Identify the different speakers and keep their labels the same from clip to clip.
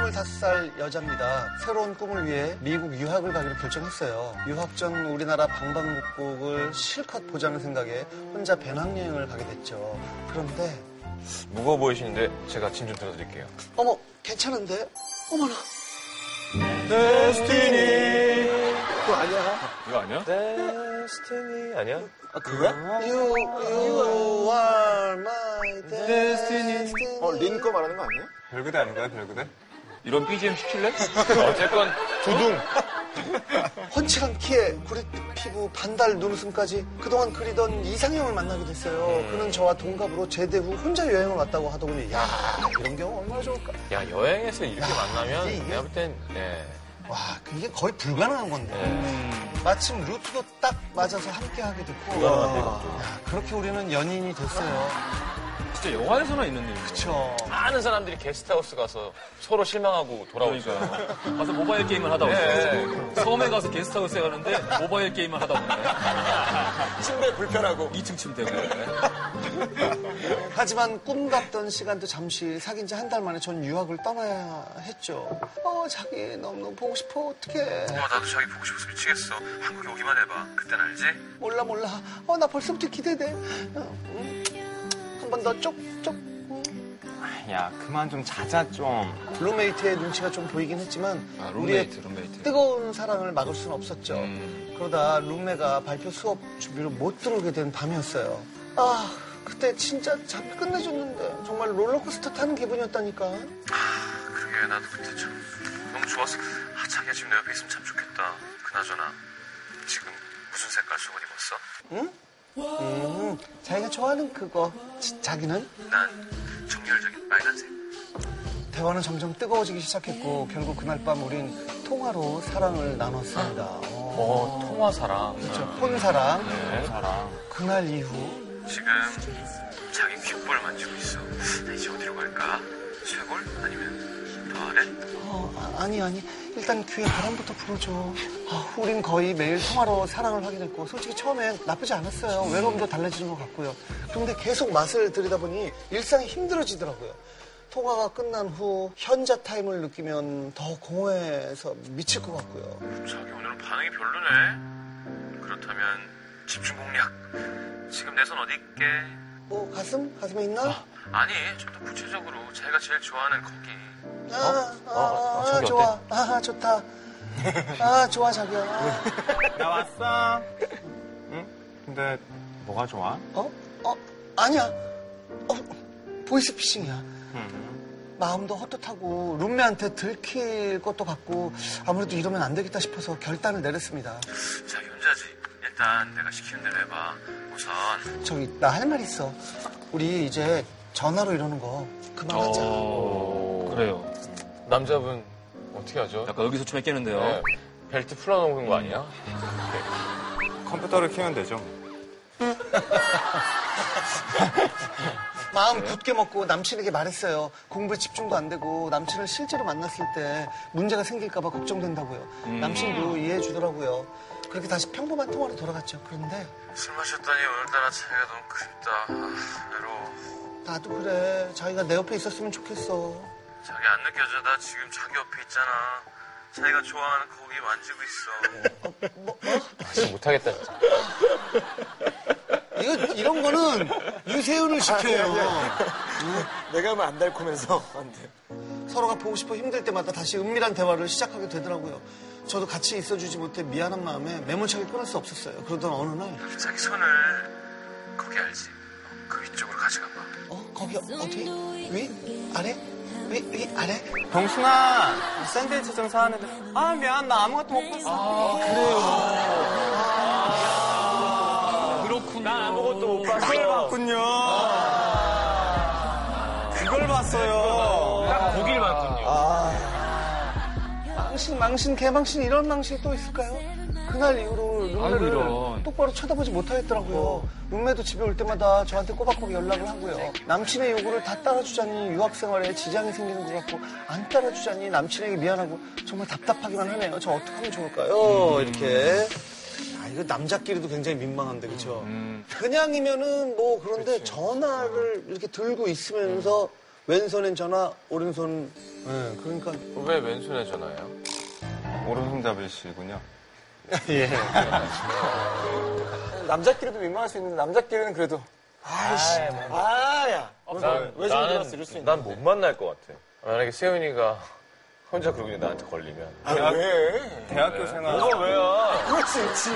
Speaker 1: 25살 여자입니다. 새로운 꿈을 위해 미국 유학을 가기로 결정했어요. 유학 전 우리나라 방방곡곡을 실컷 보자는 생각에 혼자 배낭여행을 가게 됐죠. 그런데
Speaker 2: 무거워 보이시는데 제가 짐 좀 들어드릴게요.
Speaker 1: 어머 괜찮은데? 어머나
Speaker 2: 데스티니
Speaker 1: 그거 아니야?
Speaker 2: 이거 아니야? 데스티니 아니야?
Speaker 1: 아 그거야? You, you are my destiny.
Speaker 3: 어, 린 거 말하는 거 아니에요?
Speaker 2: 별그대 아닌가요 별그대? 이런 BGM 시킬래? 어쨌건 조둥
Speaker 1: 헌칠한 키에 구릿 피부 반달 눈웃음까지 그동안 그리던 이상형을 만나게 됐어요.
Speaker 3: 네.
Speaker 1: 그는 저와 동갑으로 제대 후 혼자 여행을 왔다고 하더군요. 야 이런 경우 얼마나 좋을까?
Speaker 2: 야 여행에서 이렇게 만나면
Speaker 1: 이게-
Speaker 2: 내가 볼 땐 예.
Speaker 1: 와 이게 거의 불가능한 건데 마침 루트도 딱 맞아서 함께 하게 됐고
Speaker 2: 불가능한데,
Speaker 1: 야, 그렇게 우리는 연인이 됐어요.
Speaker 4: 진짜 영화에서나 있는 일이에요.
Speaker 1: 그쵸?
Speaker 2: 많은 사람들이 게스트하우스 가서 서로 실망하고 돌아오니까
Speaker 4: 그러니까 가서 모바일 게임을 하다
Speaker 2: 네,
Speaker 4: 보니까 섬에 가서 게스트하우스에 가는데 모바일 게임을 하다 보니까
Speaker 2: 침대 불편하고
Speaker 4: 2층 침대고 네.
Speaker 1: 하지만 꿈 같던 시간도 잠시 사귄 지 한 달 만에 전 유학을 떠나야 했죠. 어 자기 너무너무 보고 싶어 어떡해.
Speaker 2: 나도 자기 보고 싶어서 미치겠어 한국에 오기만 해봐 그땐 알지?
Speaker 1: 몰라 몰라. 어 나 벌써부터 기대돼. 어, 음. 한 번 더 쪽쪽.
Speaker 5: 야 그만 좀 자자 좀.
Speaker 1: 룸메이트의 눈치가 좀 보이긴 했지만 우리의
Speaker 4: 아, 룸메이트. 음.
Speaker 1: 뜨거운 사랑을 막을 수는 없었죠. 그러다 룸메가 발표 수업 준비를 못 들어오게 된 밤이었어요. 아 그때 진짜 잠 끝내줬는데 정말 롤러코스터 타는 기분이었다니까.
Speaker 2: 그러게 나도 그때 참 너무 좋았어 아 자기가 지금 내 옆에 있으면 참 좋겠다 그나저나 지금 무슨 색깔 속옷 입었어?
Speaker 1: 음 자기가 좋아하는 그거 지- 자기는
Speaker 2: 난 정열적인 빨간색
Speaker 1: 대화는 점점 뜨거워지기 시작했고 결국 그날 밤 우린 통화로 사랑을 나눴습니다. 어.
Speaker 2: 어 통화사랑
Speaker 1: 그렇죠. 혼사랑.
Speaker 5: 사랑.
Speaker 1: 그날 이후
Speaker 2: 지금 자기 귓볼 만지고 있어 나 이제 어디로 갈까? 쇄골? 아니면 더 아래?
Speaker 1: 어, 아, 아니 아니 일단 귀에 바람부터 불어줘 아, 우린 거의 매일 통화로 사랑을 하게 됐고 솔직히 처음엔 나쁘지 않았어요 외로움도 달래지는 것 같고요 그런데 계속 맛을 들이다보니 일상이 힘들어지더라고요 통화가 끝난 후 현자 타임을 느끼면 더 공허해서 미칠 것 같고요
Speaker 2: 자기 오늘은 반응이 별로네 그렇다면 집중 공략 지금 내 손 어디 있게?
Speaker 1: 뭐 가슴? 가슴에 있나?
Speaker 2: 아니 좀 더 구체적으로 자기가 제일 좋아하는 거기
Speaker 1: 아, 아, 아,
Speaker 2: 어, 저기 어때?
Speaker 1: 좋아 아, 아 좋다 아 좋아 자기야 아.
Speaker 5: 나 왔어. 응? 근데 뭐가 좋아?
Speaker 1: 어? 어? 아니야. 어, 보이스피싱이야.
Speaker 5: 음.
Speaker 1: 마음도 헛헛하고 룸메한테 들킬 것도 같고 아무래도 이러면 안 되겠다 싶어서 결단을 내렸습니다.
Speaker 2: 자기 혼자지 일단 내가 시키는 대로 해봐 우선
Speaker 1: 저기 나 할 말 있어. 우리 이제 전화로 이러는 거
Speaker 5: 어.
Speaker 1: 그만하자.
Speaker 4: 어, 그래요.
Speaker 2: 남자분 어떻게 하죠?
Speaker 4: 약간 여기서 춤에 깨는데요.
Speaker 2: 네. 벨트 풀어놓은 거 아니야?
Speaker 5: 컴퓨터를 키면 되죠.
Speaker 1: 마음 굳게 먹고 남친에게 말했어요. 공부에 집중도 안 되고 남친을 실제로 만났을 때 문제가 생길까봐 걱정된다고요.
Speaker 3: 음.
Speaker 1: 남친도 이해해 주더라고요. 그렇게 다시 평범한 통화로 돌아갔죠. 그런데
Speaker 2: 술 마셨더니 오늘따라 자기가 너무 그립다 아, 외로워
Speaker 1: 나도 그래. 자기가 내 옆에 있었으면 좋겠어.
Speaker 2: 자기 안 느껴져 나 지금 자기 옆에 있잖아 자기가 좋아하는 거기 만지고 있어 다시 못하겠다 진짜
Speaker 1: 이거 이런 거는 유세윤을 시켜요.
Speaker 3: 아, 네, 내가 하면 안 달콤해서 안 돼.
Speaker 1: 서로가 보고 싶어 힘들 때마다 다시 은밀한 대화를 시작하게 되더라고요. 저도 같이 있어주지 못해 미안한 마음에 매몰차게 끊을 수 없었어요. 그러던 어느 날,
Speaker 2: 자기 손을 거기 알지? 그 위쪽으로 가져간 봐
Speaker 1: 어 거기 어떻게 위 아래 위 위 아래
Speaker 5: 병순아 샌드위치 좀 사왔는데 아 미안 나 아무것도
Speaker 1: 네.
Speaker 5: 못 봤어.
Speaker 4: 그렇구나. 난 아무것도 못
Speaker 5: 그걸 봤군요. 그걸 봤어요.
Speaker 4: 딱 보길 많군요.
Speaker 1: 망신 망신 개망신 이런 망신이 또 있을까요? 그날 이후로
Speaker 4: 아이고,
Speaker 1: 룸메를
Speaker 4: 이런.
Speaker 1: 똑바로 쳐다보지 못하겠더라고요. 룸메도 집에 올 때마다 저한테 꼬박꼬박 연락을 하고요. 남친의 요구를 다 따라주자니 유학생활에 지장이 생기는 것 같고 안 따라주자니 남친에게 미안하고 정말 답답하기만 하네요. 저 어떻게 하면 좋을까요?
Speaker 4: 음.
Speaker 1: 이렇게. 아, 이거 남자끼리도 굉장히 민망한데,
Speaker 4: 음, 음.
Speaker 1: 그쵸? 그냥이면은 뭐 그런데 전화를 이렇게 들고 있으면서 왼손엔 전화, 오른손 예, 그러니까
Speaker 2: 왜 왼손에 전화해요?
Speaker 6: 오른손 잡으시군요.
Speaker 7: 남자끼리도 민망할 수 있는데 남자끼리는 그래도 아이씨
Speaker 2: 뭐.
Speaker 7: 아야 왜 저런 줄 알았어 이럴 수 있는데
Speaker 2: 난 못 만날 것 같아. 만약에 세윤이가 혼자 그러고 있는데 나한테 걸리면.
Speaker 7: 아, 왜?
Speaker 6: 대학교 생활.
Speaker 2: 그걸 왜야?
Speaker 7: 그럴 수 있지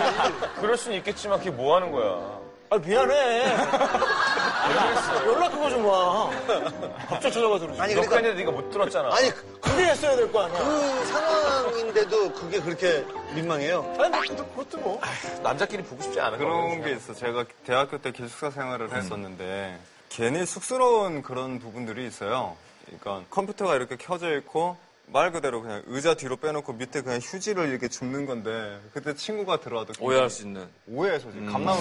Speaker 2: 그럴 순 있겠지만 그게 뭐 하는 거야?
Speaker 7: 아 미안해 연락하고 좀와
Speaker 2: 갑자기 찾아가 들어지.
Speaker 1: 아니,
Speaker 2: 아니
Speaker 1: 그러니까-
Speaker 2: 그데 네가 못 들었잖아.
Speaker 1: 아니 그-
Speaker 7: 그게 했어야 될 거 아니야
Speaker 1: 그 상황인데도 그게 그렇게 민망해요.
Speaker 7: 아니 근데 그것도 뭐
Speaker 2: 남자끼리 보고 싶지 않은
Speaker 6: 그런 게 있어. 제가 대학교 때 기숙사 생활을 했었는데 괜히 쑥스러운 그런 부분들이 있어요. 그러니까 컴퓨터가 이렇게 켜져 있고 말 그대로 그냥 의자 뒤로 빼놓고 밑에 그냥 휴지를 이렇게 줍는 건데 그때 친구가 들어와도
Speaker 4: 오해할 수 있는.
Speaker 6: 오해의 소지. 감나무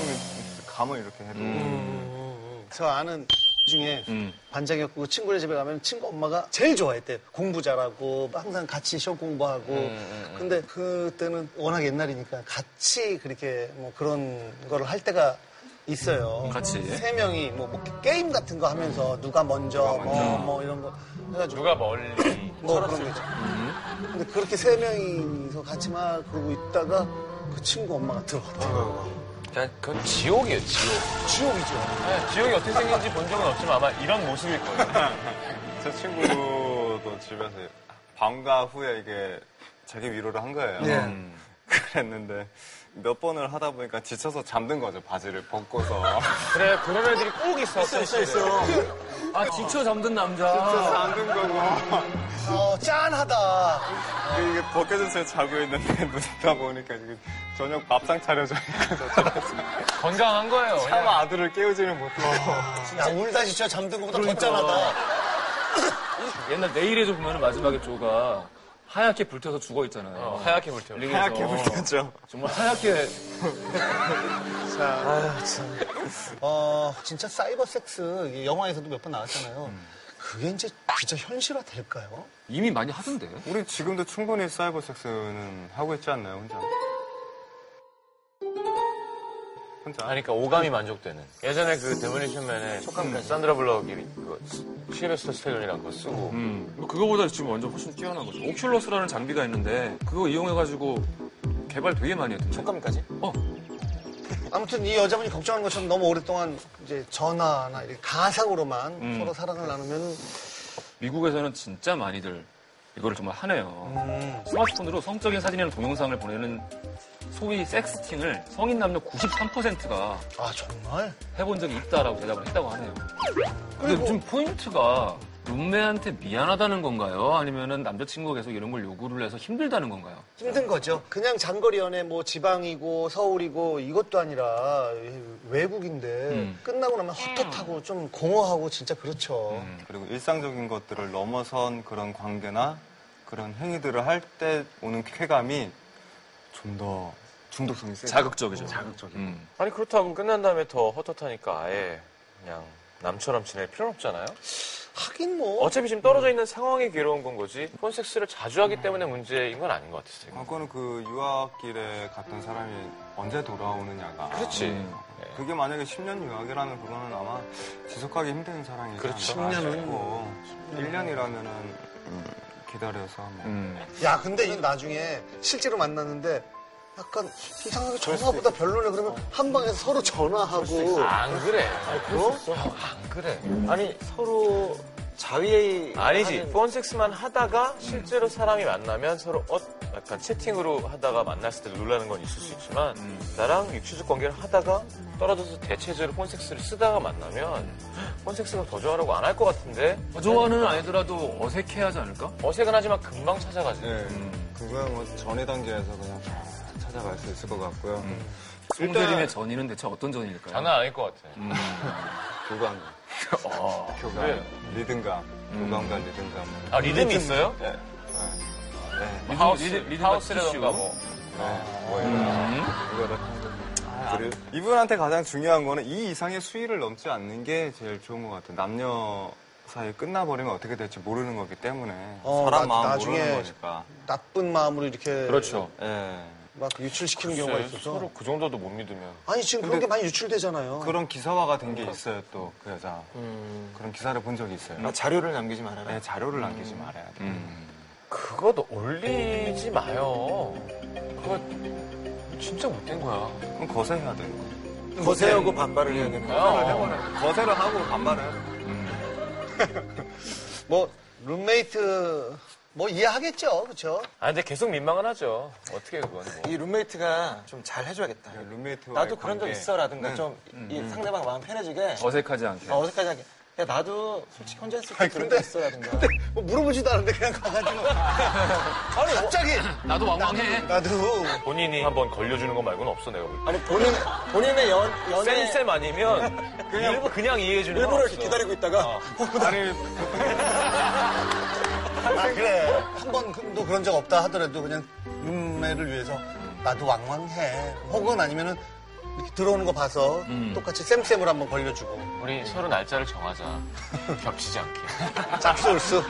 Speaker 6: 감을 이렇게 해도
Speaker 1: 저 아는 중에 반장이었고 그 친구네 집에 가면 친구 엄마가 제일 좋아했대요. 공부 잘하고 항상 같이 시험 공부하고. 근데 그때는 워낙 옛날이니까 같이 그렇게 뭐 그런 거를 할 때가 있어요.
Speaker 4: 같이?
Speaker 1: 세 명이 뭐, 뭐 게임 같은 거 하면서 누가 먼저, 뭐, 뭐 이런 거 해가지고
Speaker 2: 누가 멀리
Speaker 1: 뭐 그런 거죠. 근데 그렇게 세 명이서 같이 막 그러고 있다가 그 친구 엄마가 들어왔대요.
Speaker 2: 그냥 그건 지옥이에요, 지옥.
Speaker 1: 어.
Speaker 2: 지옥이죠. 네, 지옥이 어떻게 생긴지 본 적은 없지만 아마 이런 모습일 거예요.
Speaker 6: 제 친구도 집에서 방과 후에 이게 자기 위로를 한 거예요. 음. 그랬는데 몇 번을 하다 보니까 지쳐서 잠든 거죠. 바지를 벗고서.
Speaker 2: 그래, 그런 애들이 꼭 있어. 있어, 있어,
Speaker 4: 아, 지쳐 잠든
Speaker 6: 그래서
Speaker 4: 남자.
Speaker 6: 잠든 거고.
Speaker 1: 어, 짠하다.
Speaker 6: 이게 벗겨져서 자고 있는데 눈다 보니까 지금 저녁 밥상 차려주니까
Speaker 2: 건강한 거예요. 그냥.
Speaker 6: 차마 아들을 깨우지는 못하고.
Speaker 1: 야, 울다 진짜 잠든 것보다 더 짠하다.
Speaker 4: 옛날 내일에 좀 보면 마지막에 조가 하얗게 불태서 죽어 있잖아요.
Speaker 2: 어, 하얗게 불태워.
Speaker 4: 링에서.
Speaker 6: 하얗게 불탔죠.
Speaker 4: 정말 하얗게
Speaker 1: 어, 진짜 사이버 섹스 이 영화에서도 몇 번 나왔잖아요. 그게 이제 진짜 현실화 될까요?
Speaker 4: 이미 많이 하던데.
Speaker 6: 우리 지금도 충분히 사이버 섹스는 하고 있지 않나요, 혼자? 혼자?
Speaker 2: 아니, 그러니까 오감이 만족되는. 예전에 그 데모니션맨의 촉감까지 산드라 블럭이 그거 실베스터 스텔론이랑 그거 쓰고
Speaker 4: 음, 뭐 그거보다 지금 완전 훨씬 뛰어난 거죠. 옥큘러스라는 장비가 있는데 그거 이용해가지고 개발 되게 많이 했던데.
Speaker 7: 촉감까지
Speaker 4: 어,
Speaker 1: 아무튼 이 여자분이 걱정하는 것처럼 너무 오랫동안 이제 전화나 이렇게 가상으로만 서로 사랑을 나누면
Speaker 4: 미국에서는 진짜 많이들 이거를 정말 하네요.
Speaker 1: 음,
Speaker 4: 스마트폰으로 성적인 사진이나 동영상을 보내는 소위 섹스팅을 성인 남녀 93%가
Speaker 1: 아, 정말?
Speaker 4: 해본 적이 있다라고 대답을 했다고 하네요. 근데 요즘 포인트가 룸메한테 미안하다는 건가요? 아니면은 남자친구가 계속 이런 걸 요구를 해서 힘들다는 건가요?
Speaker 1: 힘든 거죠. 그냥 장거리 연애 뭐 지방이고 서울이고 이것도 아니라 외국인데 끝나고 나면 헛헛하고 좀 공허하고 진짜 그렇죠.
Speaker 4: 음.
Speaker 6: 그리고 일상적인 것들을 넘어선 그런 관계나 그런 행위들을 할 때 오는 쾌감이 좀 더 중독성이 세.
Speaker 4: 자극적이죠. 음. 자극적이죠.
Speaker 2: 아니 그렇다 보면 끝난 다음에 더 헛헛하니까 아예 그냥 남처럼 지낼 필요는 없잖아요.
Speaker 1: 하긴 뭐.
Speaker 2: 어차피 지금 떨어져 있는 상황이 괴로운 건 거지 폰섹스를 자주 하기 때문에 문제인 건 아닌 것 같았어요.
Speaker 6: 과거는 그 유학길에 갔던 사람이 언제 돌아오느냐가.
Speaker 2: 그렇지.
Speaker 6: 그게 만약에 10년 유학이라는 그거는 아마 지속하기 힘든 사랑이지
Speaker 2: 그렇죠.
Speaker 6: 10년은 뭐 1년이라면은 기다려서 뭐
Speaker 4: 음.
Speaker 1: 야, 근데 이 나중에 실제로 만났는데 약간 이상하게 전화보다 별로네. 그러면
Speaker 6: 어.
Speaker 1: 한 방에서 서로 전화하고
Speaker 2: 안 아, 그래. 어,
Speaker 7: 아니 서로 자위의
Speaker 2: 아니지. 폰섹스만 하다가 실제로 사람이 만나면 서로 어, 약간 채팅으로 하다가 만났을 때 놀라는 건 있을 수 있지만 나랑 육체적 관계를 하다가 떨어져서 대체적으로 폰섹스를 쓰다가 만나면 폰섹스가 더 좋아하라고 안 할 것 같은데
Speaker 4: 좋아하는 아니더라도 어색해하지 않을까?
Speaker 2: 어색은 하지만 금방 찾아가지.
Speaker 6: 네, 그거야 뭐 전의 단계에서 그냥 다 찾아갈 수 있을 것 같고요.
Speaker 2: 음.
Speaker 4: 송재림의 전이는 대체 어떤 전일까요? 음.
Speaker 2: 장난 아닐 것 같아.
Speaker 6: 교감, 교감, 리듬감, 교감과 리듬감.
Speaker 2: 어. 네. 음. 아 리듬이 있어요?
Speaker 6: 네. 네.
Speaker 4: 리듬,
Speaker 2: 하우스,
Speaker 4: 리듬, 리듬
Speaker 2: 하우스라던가 뭐.
Speaker 7: 네,
Speaker 6: 뭐 이런 이거를. 그리고 이분한테 가장 중요한 거는 이 이상의 수위를 넘지 않는 게 제일 좋은 것 같아요. 남녀 사이 끝나버리면 어떻게 될지 모르는 거기 때문에
Speaker 1: 어, 나-
Speaker 6: 사람 마음
Speaker 1: 나중에-
Speaker 6: 모르는 거니까.
Speaker 1: 나쁜 마음으로 이렇게
Speaker 4: 그렇죠.
Speaker 6: 예.
Speaker 1: 막 유출시키는 경우가 있어서.
Speaker 2: 서로 그 정도도 못 믿으면.
Speaker 1: 아니 지금 그런 게 많이 유출되잖아요.
Speaker 6: 그런 기사화가 된 게 있어요 또 그 여자 그런 기사를 본 적이 있어요
Speaker 7: 음. 그러니까 자료를 남기지 말아라. 음.
Speaker 6: 네, 자료를 남기지 말아야 돼
Speaker 2: 그거 올리지 마요. 그거 진짜 못된 거야.
Speaker 6: 그럼 거세해야 돼
Speaker 7: 거세하고 반발을 해야 되는 거야.
Speaker 6: 거세를 하고 반말을 해야 돼
Speaker 1: 뭐 룸메이트 뭐 이해하겠죠, 그렇죠?
Speaker 2: 아 근데 계속 민망은 하죠. 어떻게 그건 뭐.
Speaker 7: 이 룸메이트가 좀 잘 해줘야겠다.
Speaker 6: 네, 음. 룸메이트와
Speaker 7: 나도 그런 적 있어라든가 좀 이 상대방 마음 편해지게
Speaker 4: 어색하지 않게.
Speaker 7: 어, 색하지 않게. 야, 나도 솔직히 혼자 있을 때 그런 적 있어라든가.
Speaker 1: 뭐 물어보지도 않은데 그냥 가가지고
Speaker 6: 뭐
Speaker 1: 갑자기
Speaker 4: 나도 왕왕해.
Speaker 1: 나도
Speaker 2: 본인이 한번 걸려주는 거 말고는 없어 내가 볼 때.
Speaker 7: 아니, 본인, 본인의 연, 연애.
Speaker 2: 쌤쌤 아니면 그냥, 일부 그냥 이해해주는 건
Speaker 7: 일부러 이렇게
Speaker 2: 없어.
Speaker 7: 기다리고 있다가.
Speaker 1: 아 그래 한 번 도 그런 적 없다 하더라도 그냥 룸메를 위해서 나도 왕왕해 혹은 아니면은 이렇게 들어오는 거 봐서 똑같이 쌤쌤을 한번 걸려주고
Speaker 2: 우리 서로 날짜를 정하자. 겹치지 않게.
Speaker 1: 짝수 올수